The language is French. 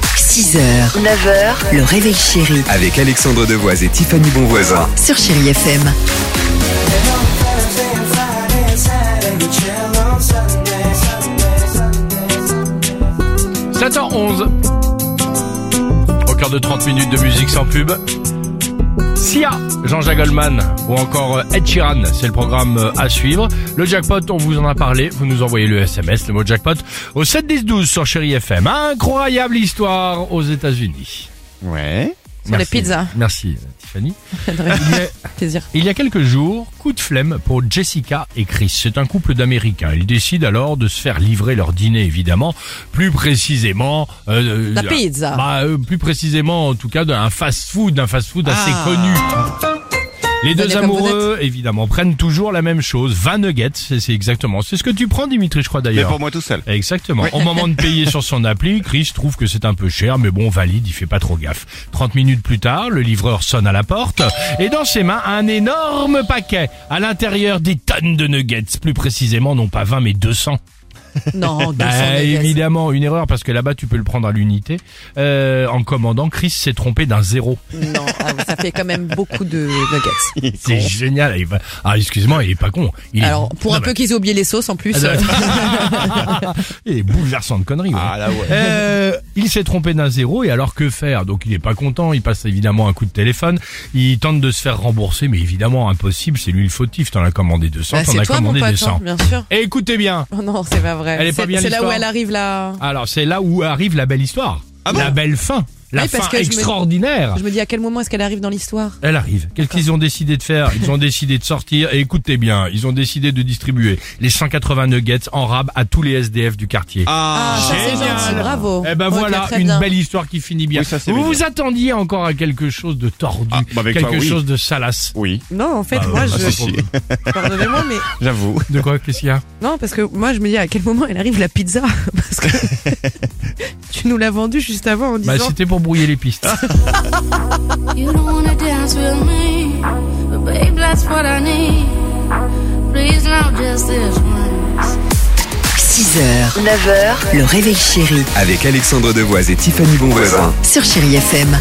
6h, 9h, le réveil chéri Avec Alexandre Devoise et Tiffany Bonvoisin. sur Chéri FM. Saturday, chill on Sunday, Sunday, Sunday. 7h11. Au cœur de 30 minutes de musique sans pub. Sia, Jean-Jacques Goldman ou encore euh, Ed Sheeran, c'est le programme euh, à suivre. Le jackpot, on vous en a parlé, vous nous envoyez le SMS, le mot jackpot, au 7 10 12 sur Chéri FM. Incroyable histoire aux États-Unis. Ouais. Sur les pizzas. Merci euh, Tiffany. plaisir. Il y a quelques jours, coup de flemme pour Jessica et Chris. C'est un couple d'Américains. Ils décident alors de se faire livrer leur dîner, évidemment. Plus précisément... euh, La euh, pizza. bah, euh, Plus précisément, en tout cas, d'un fast-food, d'un fast-food assez Ah. connu. Les Venez deux comme vous amoureux, évidemment, prennent toujours la même chose. 20 nuggets, c'est c'est exactement. C'est ce que tu prends, Dimitri, je crois, Mais d'ailleurs. pour moi tout seul. Exactement. Au moment de payer sur son appli, Chris trouve que c'est un peu cher, mais bon, valide, il fait pas trop gaffe. 30 minutes plus tard, le livreur sonne à la porte et dans ses mains, un énorme paquet. À l'intérieur, des tonnes de nuggets. Plus précisément, non pas 20, mais 200. Non, 200 Bah, nuggets. évidemment, une erreur parce que là-bas, tu peux le prendre à l'unité. Euh, en commandant, Chris s'est trompé d'un zéro. Non, ah, ça fait quand même beaucoup de nuggets. C'est génial. il va- Ah, excuse-moi, il est pas con. Il est- Alors, pour un Non, peu qu'ils aient oublié les sauces en plus. Ah, euh, Il est bouleversant de conneries. ouais. Ah, Ah, là ouais. Euh, il s'est trompé d'un zéro et alors que faire Donc il n'est pas content, il passe évidemment un coup de téléphone, il tente de se faire rembourser mais évidemment impossible, c'est lui le fautif, t'en as commandé 200, bah, t'en c'est as toi, mon commandé pote, 200. hein, bien sûr. Et écoutez bien, Oh non, c'est pas vrai. Elle est pas C'est- bien, C'est là où l'histoire elle arrive là. alors c'est là où arrive la belle histoire, Ah bon la belle fin, la Oui, fin parce que je me- extraordinaire. Je me dis à quel moment est-ce qu'elle arrive dans l'histoire Elle arrive. Qu'est-ce qu'ils ont décidé de faire Ils ont décidé de sortir et écoutez bien, ils ont décidé de distribuer les 180 nuggets en rab à tous les SDF du quartier. Ah, Ah, ça c'est génial. gentil, bravo. Eh ben Ok, voilà, très une bien. belle histoire qui finit bien. Oui, ça, c'est vous bien. vous attendiez encore à quelque chose de tordu, Ah, bah, avec quelque toi, oui. chose de salace. oui, Ah, Non, en fait, Bah, moi, euh, bah, je, c'est- pardonnez-moi, mais j'avoue. De quoi Qu'est-ce qu'il y a non, parce que moi, je me dis à quel moment elle arrive la pizza, parce que tu nous l'as vendue juste avant en disant. Bah, C'était pour brouiller les pistes. You don't wanna dance with me, but babe, that's what I need. Please now, just this once. 6h, 9h, le réveil chéri Avec Alexandre Devoise et Tiffany Bonvoisin. sur Chéri FM.